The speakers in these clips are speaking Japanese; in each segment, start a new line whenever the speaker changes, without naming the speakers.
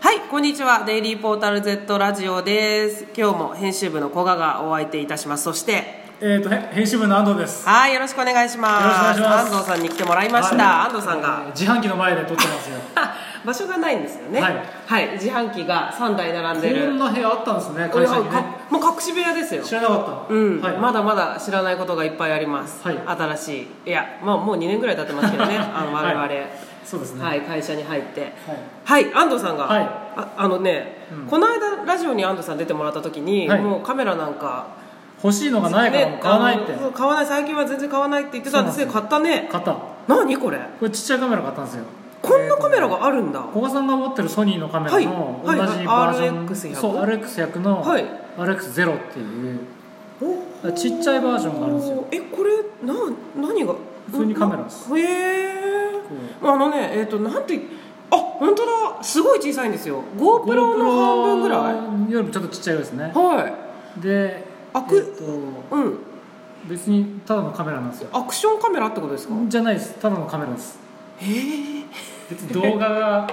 はいこんにちはデイリーポータル Z ラジオです今日も編集部の古賀がお相手いたしますそして
えっ、とへ編集部の安藤です。
はいよろしくお願いします
よろしくお願いします
安藤さんに来てもらいました、
はい
安藤さん
えー
が、
自販機の前で撮ってますよ。
場所がないんですよね、
はい
自販機が3台並んで
こん
る
な部屋あったんですね。
これ
会
は
社に
か
ね。
もう隠し部屋ですよ
知らなかった。
うん
はい。
まだまだ知らないことがいっぱいあります、
はい
新しいいや、まあ、もう2年ぐらい経ってますけど ねあの我々、
は
はいい
そうですね。
会社に入ってはい、安藤さんが、
はい
ああのね、
うん
この間ラジオに安藤さん出てもらった時に、
はい
もうカメラなんか
欲しいのがないからもう買わないって。
ねあの買わない最近は全然買わないって言ってたんですけど買ったね
買った。
何これ
これちっちゃいカメラ買ったんですよ。
こんなカメラがあるんだ、
古賀さんが持ってるソニーのカメラの同
はい
じ
は
バ
い
ージョン、
RX100
そう RX100 の、
はい
RX0 っていう
お
ちっちゃいバージョンがあるんですよ。
えこれな何が
普通にカメラです
へえあのねえっ、となんてあ本当だすごい小さいんですよ GoPro の半分ぐらい
GoPro よりもちょっとちっちゃいぐらいですね。
は
で、
あく
えっと
いうん
別にただのカメラなんですよ。
アクションカメラってことですか、
じゃないです。ただのカメラです。
へえ
別に動画が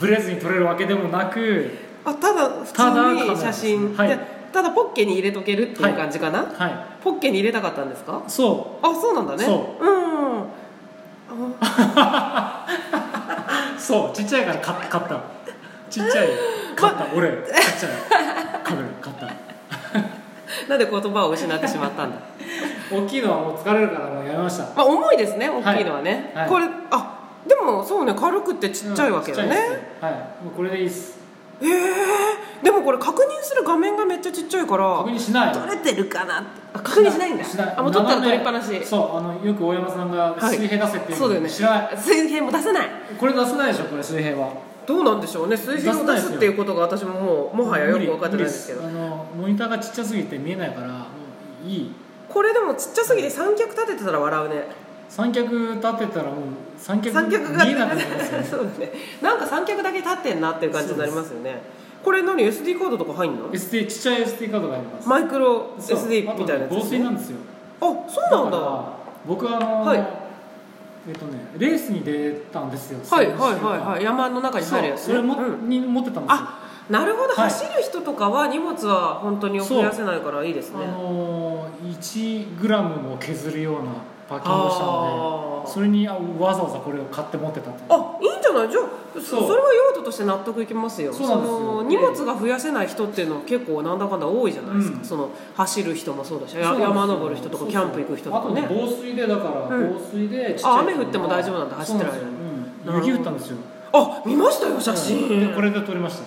ブレずに撮れるわけでもなく
あただ普
ただカメ
通
ラで
に
す
写真
はい
でただポッケに入れとけるっていう感じかな、
は
ポッケに入れたかったんですか
いそ
あそうなんだね
そ
うんあ
うそうちっちゃいから買った買ったちっちゃい買った俺ちっちゃいカメラ買った
なんで言葉を失ってしまったんだ、
大きいのはもう疲れるからもうやめました
まあ、重いですね大きいのはね、
はいはい
これあでもそうね軽くってちっちゃいわけだ
うん
ね
ちっちゃいですはいもうこれでいいです
へえでもこれ確認する画面がめっちゃちっちゃいか
確
ら
認しない
撮れてるかなってあ確認しないんだ
しない
あもう撮ったら
斜
撮
め
りっぱなし
そうあのよく大山さんが
はい
水平出せっていう
そうだよね
知らない
水平も出せない
これ出せないでしょこれ水平は
どうなんでしょうね水平を出すっていうことが私ももうもはやよく分かってないんですけど
無理無理ですあのモニターがちっちゃすぎて見えないからもういい
これでもちっちゃすぎて三脚立ててたら笑うね
三脚立てたらもう三脚
三脚が
見えなくなりますよね
そうだねなんか三脚だけ立ってんなっていう感じになりますよねこれ何 SD カードとか入んの
SD ちっちゃい SD カードがあります
マイクロ
そう
SD みたいなや
あ
つ
とね防水なんですよ
あそうなん
か
だ
ら僕はあの、
はい
えっとねレースに出たんですよ
はいはいはいはいい山の中に入るやつ
それも、
うん
に持ってたんですよ
あなるほど、
はい
走る人とかは荷物は本当に増やせないからいいです
あ
ね
の1グラムも削るようなパッキングをしたの
あ
で
ー
それにあわざわざこれを買って持ってたって
あいいんじゃないじゃあ
そ
そうそれは用途として納得いきますよ
そうなんですよ
の荷物が増やせない人っていうのは結構なんだかんだ多いじゃないですか、
うん
その走る人もそうだし
そうなんですよ
山登る人とか
そうそう
キャンプ行く人と
あ
か
とね
ね
防水でだから、
うん
防水でちっちゃい
あ雨降っても大丈夫なんだ走ってる間に
そうなんですよ
なるほど
うん雪降ったんですよ
あ見ましたよ写真、
でこれで撮りました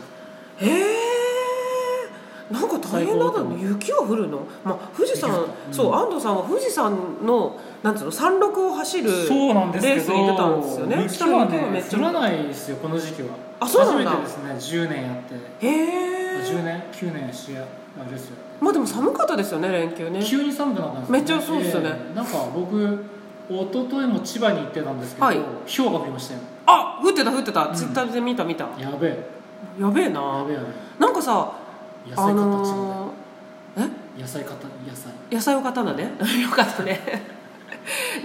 へえなんか大変だったね雪が降るの、まあ、富士山、
雪降ったうん
そう安藤さんは富士山のなんつうの山麓を走る
そうなんですけど
レースに出たんですよね
雪は
下の雪がめ
ね
っちゃ
降らないですよこの時期は
あそうなんだ
初めてですね10年やって
へえ
10年9年しやあれですよ
まあでも寒かったですよね連休ね
急に寒くなったんですよ
めっちゃそうっすよね
ええなんか僕一昨日も千葉に行ってたんですけど、
はい
氷が降りましたよ
あ降ってた降ってた、
うん
ツイッターで見た見た
やべえ
やべえ
や
な
べえやべ
なんかさ
え野
あ
菜買った千葉
のー
で野菜買った野菜
え野菜を買ったんだね よかったね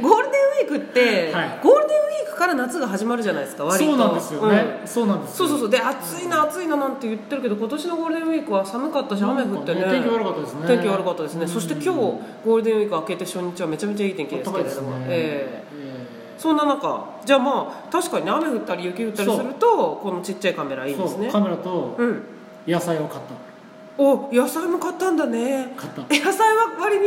ゴールデンウィークって、
はい
ゴールデンウィークから夏が始まるじゃないですか割と
そうなんですよね、
うん
そうなんです
そ
よ
うそうそうで暑いな暑いななんて言ってるけど今年のゴールデンウィークは寒かったし雨降ってね
なんか天気悪かったですね
天気悪かったですね、
うん
そして今日ゴールデンウィーク明けて初日はめちゃめちゃいい天気ですけれども、
暖かいですね
ええ
え
そんな中じゃあまあ確かにね雨降ったり雪降ったりするとこのちっちゃいカメラ
え
いいです
そう
ね
カメラと
うん
野菜を買っ
お野菜も買ったんだね
た買った
野菜は割に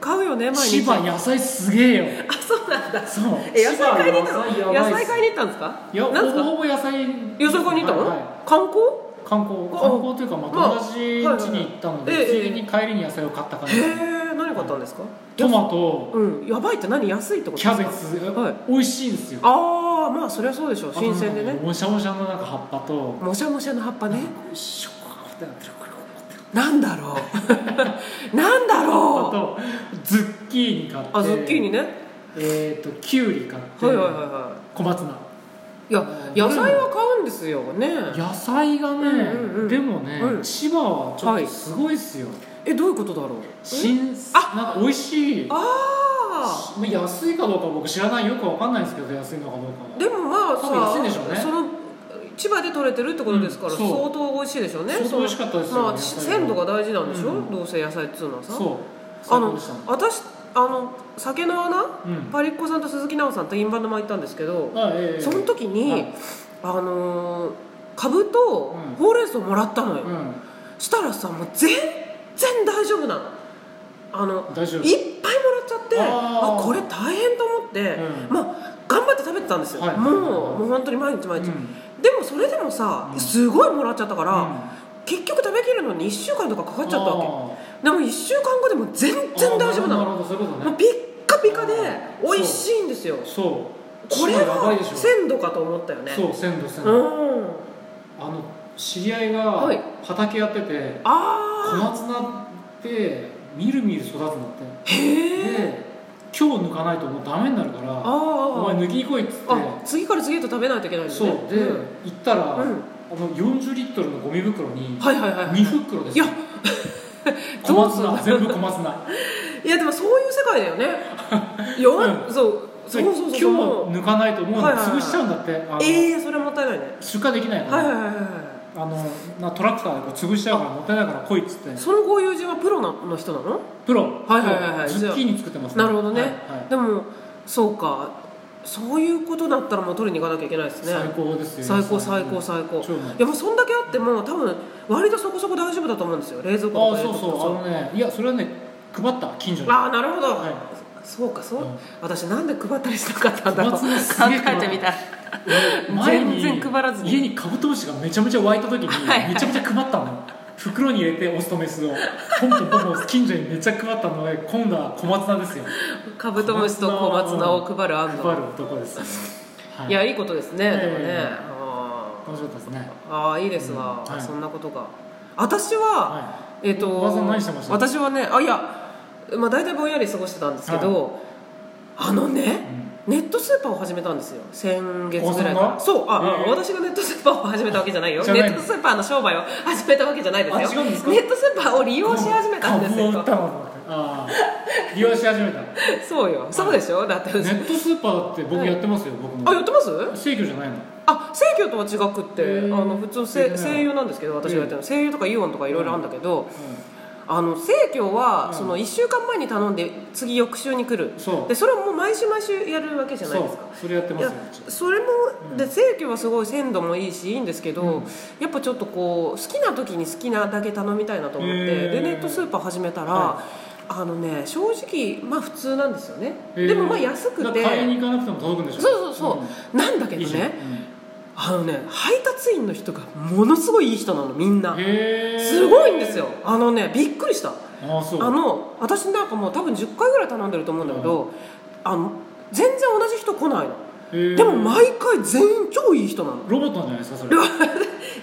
買うよね毎
千
日
葉野菜すげえよ
あそうなんだ
そう
え野菜買いに行ったの
千葉
野
やばいっ
菜
す
買いに行ったんですか
いや
なん
ほ
です
ぼ
か
ほぼ野菜
野菜買いに行ったの、
はいは
観光
い観光
あ
観光というかま
まあ
あ友達家に行ったので、
はいはい
ついでに帰りに野菜を買った感じ
へえ何買ったんですか
トマト
うんやばいって何安いってこと
キ
です
ャ
か
ベツ、
はい
美味しいんですよ
ああまあそりゃそうでしょう
あと
新鮮でね
もしゃもしゃのなんか葉っぱと
もしゃもしゃの葉っぱね
ショコってなってるこれ
なんだろう なんだ
あ
ろう
とズッキーニ買って
あズッキーニね、
えっ、ときゅうり買って、
はいはいはいは
小松菜
いいや
うん
野菜は買うんですよね
野菜がね、
うんうんうん
でもね、
うん
千葉はちょっとすごいっすよ、
えどういうことだろう
新
あ
なんか美味しい
あ
まあ安いかどうか僕知らないよくわかんないんですけど安いのかどうか
あ
は
でもまあ
多
さ
分安いんでしょうね
その千葉で取れてるってことですから、
うんそう
相当美味しいでしょうね
相当美味しかったですよ
まあ
野菜は
鮮度が大事なんでしょ、
うん
どうせ野菜っつうのはさ
そう
あ
最高
の
でした
私あの酒の穴、
うん
パリッコさんと鈴木奈緒さんとインバウンドも行ったんですけど、
あええええ
その時に、
はい
あのー株と
うん
ほうれん草もらったのよ、
うん
したらさもう全然大丈夫なのあの
大丈夫
いっぱいもらっちゃって
あ
あ
ー
これ大変と思って、
うん
まあ頑張って食べてたんですよ、
はい
もうもう本当に毎日毎日、
うん
でもそれでもさ、
うん
すごいもらっちゃったから、
うん
結局食べきるのに1週間とかかかっちゃったわ
わ
けでも1週間後でも全然大丈夫な
なる
の
ほどそういうこと
もう
ね
ピッカピカで
そう
美味しいんですよ
そう
これ
塩やばい
は
でしょ
鮮度かと思ったよね
そう鮮度鮮
う
度
ん
あの知り合い
はい
が畑やってて小
ああ
松菜ってみるみる育つんだって
へえ
で今日抜かないともうダメになるからお
あ
前抜きに来いっつっ
ああ次から次へと食べないといけない
て
です
そう
ね
で
うん
行ったらあ
う
の
ん
40リットルのゴミ袋に
はいはいはいはい
2袋です
いや
小松
どう
菜
す
全部小松菜
いやでもそういう世界だ よねよ、そうそうそうそうそう
今日抜かないともう
はいはいはい
潰しちゃうんだってあの
ええそれはもったいないね
出荷できないか
はい
ら
はいはいは
あのなトラクターでこう潰しちゃうからもったいないから来いっつって
いそのご友人はプロなの人なの
プロ
はいはいはいはい
そうズッキーニ作ってます
なるほどね
はいはい
でもそうかそういうことだったらもう取りに行かなきゃいけないですね
最高ですよ
最高最高最高
超うま
い
い
やもうそんだけあっても多分割とそこそこ大丈夫だと思うんですよ冷蔵庫と
ああ
か
そうそうあのねいやそれはね配った近所に
ああーなるほど、
はい
そうかそう、
うん
私なんで配ったりしなかったんだろう
小松菜すげえ配る
考えてみた
前に
全然配らずに
家にカブトムシがめちゃめちゃ湧いた時に
はい
めちゃめちゃ配ったのよ袋に入れてオスとメスをポンポンポンポン近所にめっちゃ配ったので今度は小松菜ですよ
カブトムシと小松菜を配る安藤、
配る男ですよねはい
いやいいことですね、
ええ
でもね
面白かったですね
あーあーいいですわ、
うんはい
そんなことが私は、
は
えっ、と
小松菜何してました
私はねあいや、まあ、大体ぼんやり過ごしてたんですけど、あのね、
いうん
ネットスーパーを始めたんですよ先月ぐらいか
あ
らそうあ、
ええ
私がネットスーパーを始めたわけじゃないよ
じゃない
ネットスーパーの商売を始めたわけじゃないですよ
あ違うんですか
ネットスーパーを利用し始めたんです
株を売っ
よ
たのと思ってああ利用し始めたネ
そうよそうでしょだって、
ットスーパーだって僕やってますよ、僕
あや
も
ってます
制御じゃないの
あ生協とは違くって、
へえ
あの普通
へ
せ
え
声優なんですけど私がやってるの声優とかイオンとかいろいろあるんだけど、あの生協は、
うん
その1週間前に頼んで次翌週に来る
そう
でそれをもう毎週毎週やるわけじゃない
そ
で
う
すか
それやって
い
ますよ
やそれも、で正規はすごい鮮度もいいしいいんですけど、
うん
やっぱちょっとこう好きな時に好きなだけ頼みたいなと思って、
へー
でネットスーパー始めたら、
は
あのね正直まあ普通なんですよね、
へえ
でもまあ安く
だか
て
ら買いに行かなくても届くんでし
そ
ょ
うそうそう、なんだけ
んい
ど
いじゃん
ねあのね配達員の人がものすごいいい人なのみんな
うんへえ
すごいんですよあのねびっくりした
ああそう
あの私なんかもう多分10回ぐらい頼んでると思うんだけど、あの全然同じ人来ないの
へえ
でも毎回全員超いい人なの
ロボットなんじゃないですかそれ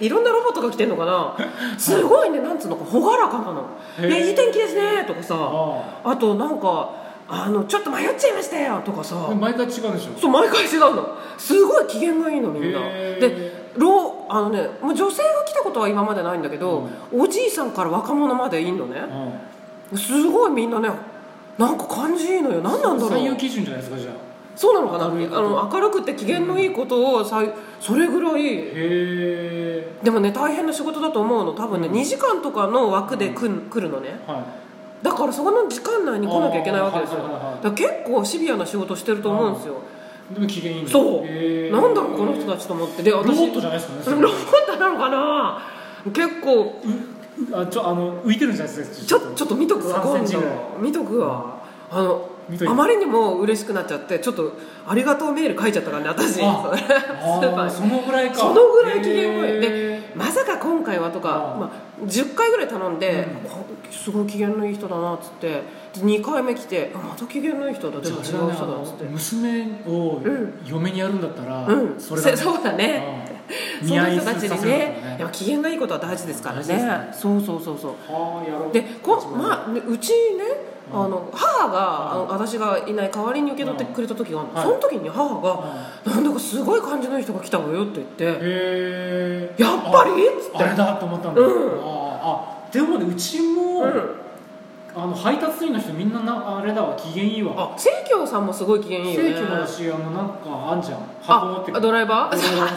いろんなロボットが来てんのかな すごいねなんつうのか朗らかなの「
へー
いやいい天気ですね」とかさ
あ
あとなんかあの「ちょっと迷っちゃいましたよ」とかさ
あでも毎回違うでしょ
そう毎回違うのすごい機嫌がいいのみんな
へー
で老あのねもう女性が来たことは今までないんだけど、おじいさんから若者までいいのね
う
すごいみんなねなんか感じいいのよ何なんだろう
採用基準じゃないですかじゃあ
そうなのかなあ
明るいこと
の明るくて機嫌のいいことをさいそれぐらい
へえ
でもね大変な仕事だと思うの多分ね、
うん
2時間とかの枠で来,、来るのね
は
だからそこの時間内に来なきゃいけないわけですよ
あーはいはいはいはい
だから結構シビアな仕事してると思うんですよ
いでも機嫌いいね
そう
へえ
なんだろうこの人たちと思ってで
ロ
私
ボットじゃないですかねそれ
ロボットなのかな結構
あちょあの浮いてるんじゃないですか
ちょちょっと見とくわ
3セ
今
ンチぐらい
度見とくわあの
見といて
あまりにも嬉しくなっちゃってちょっとありがとうメール書いちゃったからね私そう
あ
スーパー
あー
に
そのぐらいか
そのぐらい機嫌がいい
へ
でまさか今回はとか
ああ
まあ、10回ぐらい頼んで、
う
こすごい機嫌のいい人だなっつってで2回目来てあまた機嫌のいい人だで
じゃ
も違う人
あ違う
だ
ねあ
っつっ
の
て
娘を
うん
嫁にやるんだったら、
うん
それだ
せそうだね、
うん
そ
似
の
合い
人
す
たち
ぎさせる
に
か
ね
らね
いや機嫌がいいことは大事ですからね
大事ですね
そうそうそうそう
はあやろう
でこ、
一番
まあ、ねうちねあの母があの私がいない代わりに受け取ってくれた時があるの、
はい
その時に母が「なんだかすごい感じのいい人が来たわよ」って言って
へ
「
え
やっぱり?」っつって
ああれだと思ったんだ、
うん
あーあでもねうちも、
うん
あの配達員の人みんななあれだわ機嫌いいわ
あ生協さんもすごい機嫌いいよ
正
ね
規もだしあのなんかあんじゃん箱持
あ
ってくる
ドライバー
ドライ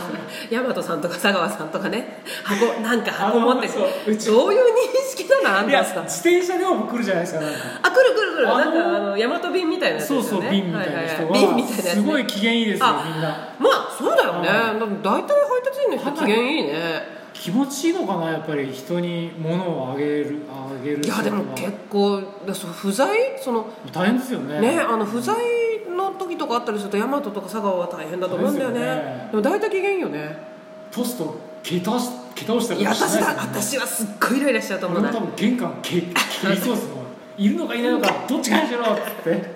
バー
大和さんとか佐川さんとかね箱なんか箱持ってく
あのそうう
る
ち
どういう認識だなあん
い
た
や
さ
自転車でも来るじゃないですかなんか
あ来る来る来る
あの
なんかあの大和便みたいなやつ
そう
です
そう
よね
瓶みたいな人
ははは瓶み
が
たいなやつ
す
ね
ごい機嫌いいですよ
あ
みんな
まあそうだよね
は
だって大体配達員の人機嫌いいね
気持ちいいのかなやっぱり人に物をあげるあげる
いやでも
仕
結
事は
構だそう不在その
大変ですよね
ねあの不在の時とかあったりすると大和とか佐川は大変だと思うんだよねで
そうですよね
も大体機嫌いいよね
ポスト蹴倒し蹴倒した
いや
かし
私
て
だ
ないです
私
よね
はすっごいイライラしちゃうと思
俺
う
も
な
多分玄関蹴蹴りそうですもんいるのかいない のかどっちかにしろっつって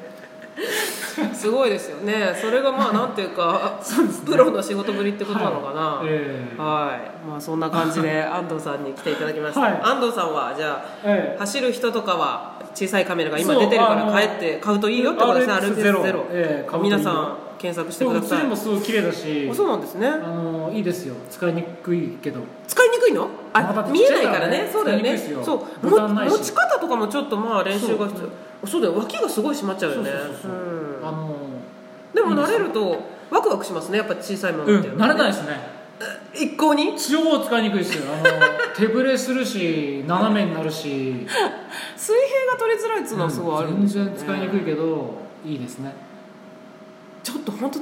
すごいですよねそれがまあなんていう かプロの仕事ぶりってことなのかな、はい
ええ
まあ、そんな感じ で安藤さんに来ていただきました、
はい
安藤さんはじゃあ
ええ
走る人とかは小さいカメラが今
そう
出てるか
あの
ら帰って買うといいよってことですね
RX0
RX0、
ええ買うといいよ
皆さん検索して
で
く
も
だ
写
さい
りもすごい綺麗だし
あそうなんですね
あのいいですよ使いにくいけど
使いにくいの
まあだ
あ
って
見えないからね
ち
そう
っち
だ
ゃ
よ
い
ね
からね
そう
ボタン
も
ないし
持ち方とかもちょっとまあ練習が必
そう
要そうだよ脇がすごい締まっちゃうよね
そうそうそうそう
うん
あの
でも慣れるとワクワクしますねやっぱ小さいものって
うん
いうの
慣
はね
れないですね
一向に
超使いにくいですよあの手ぶれするし斜めになるし
水平が取りづらいっつうのはすごいあるん
全
ですよ、ね
然使いにくいけどいいですね
ちょっと本当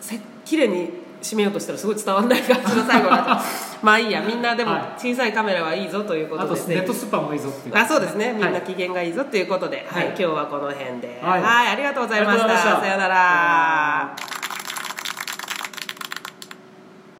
せ綺麗に締めようとしたらすごい伝わんない感じの最後に なっちゃうまあいいやみんなでも
は
小さいカメラはいいぞというこ
あ
と
と
で
ネットスーパーもいいぞっていう
あそうですねみん
は
ない機嫌がいいぞということで、はい
はい
今日はこの辺で
は
はいいありがとうございま
ありがとうございました
さような
さよう
ら
なら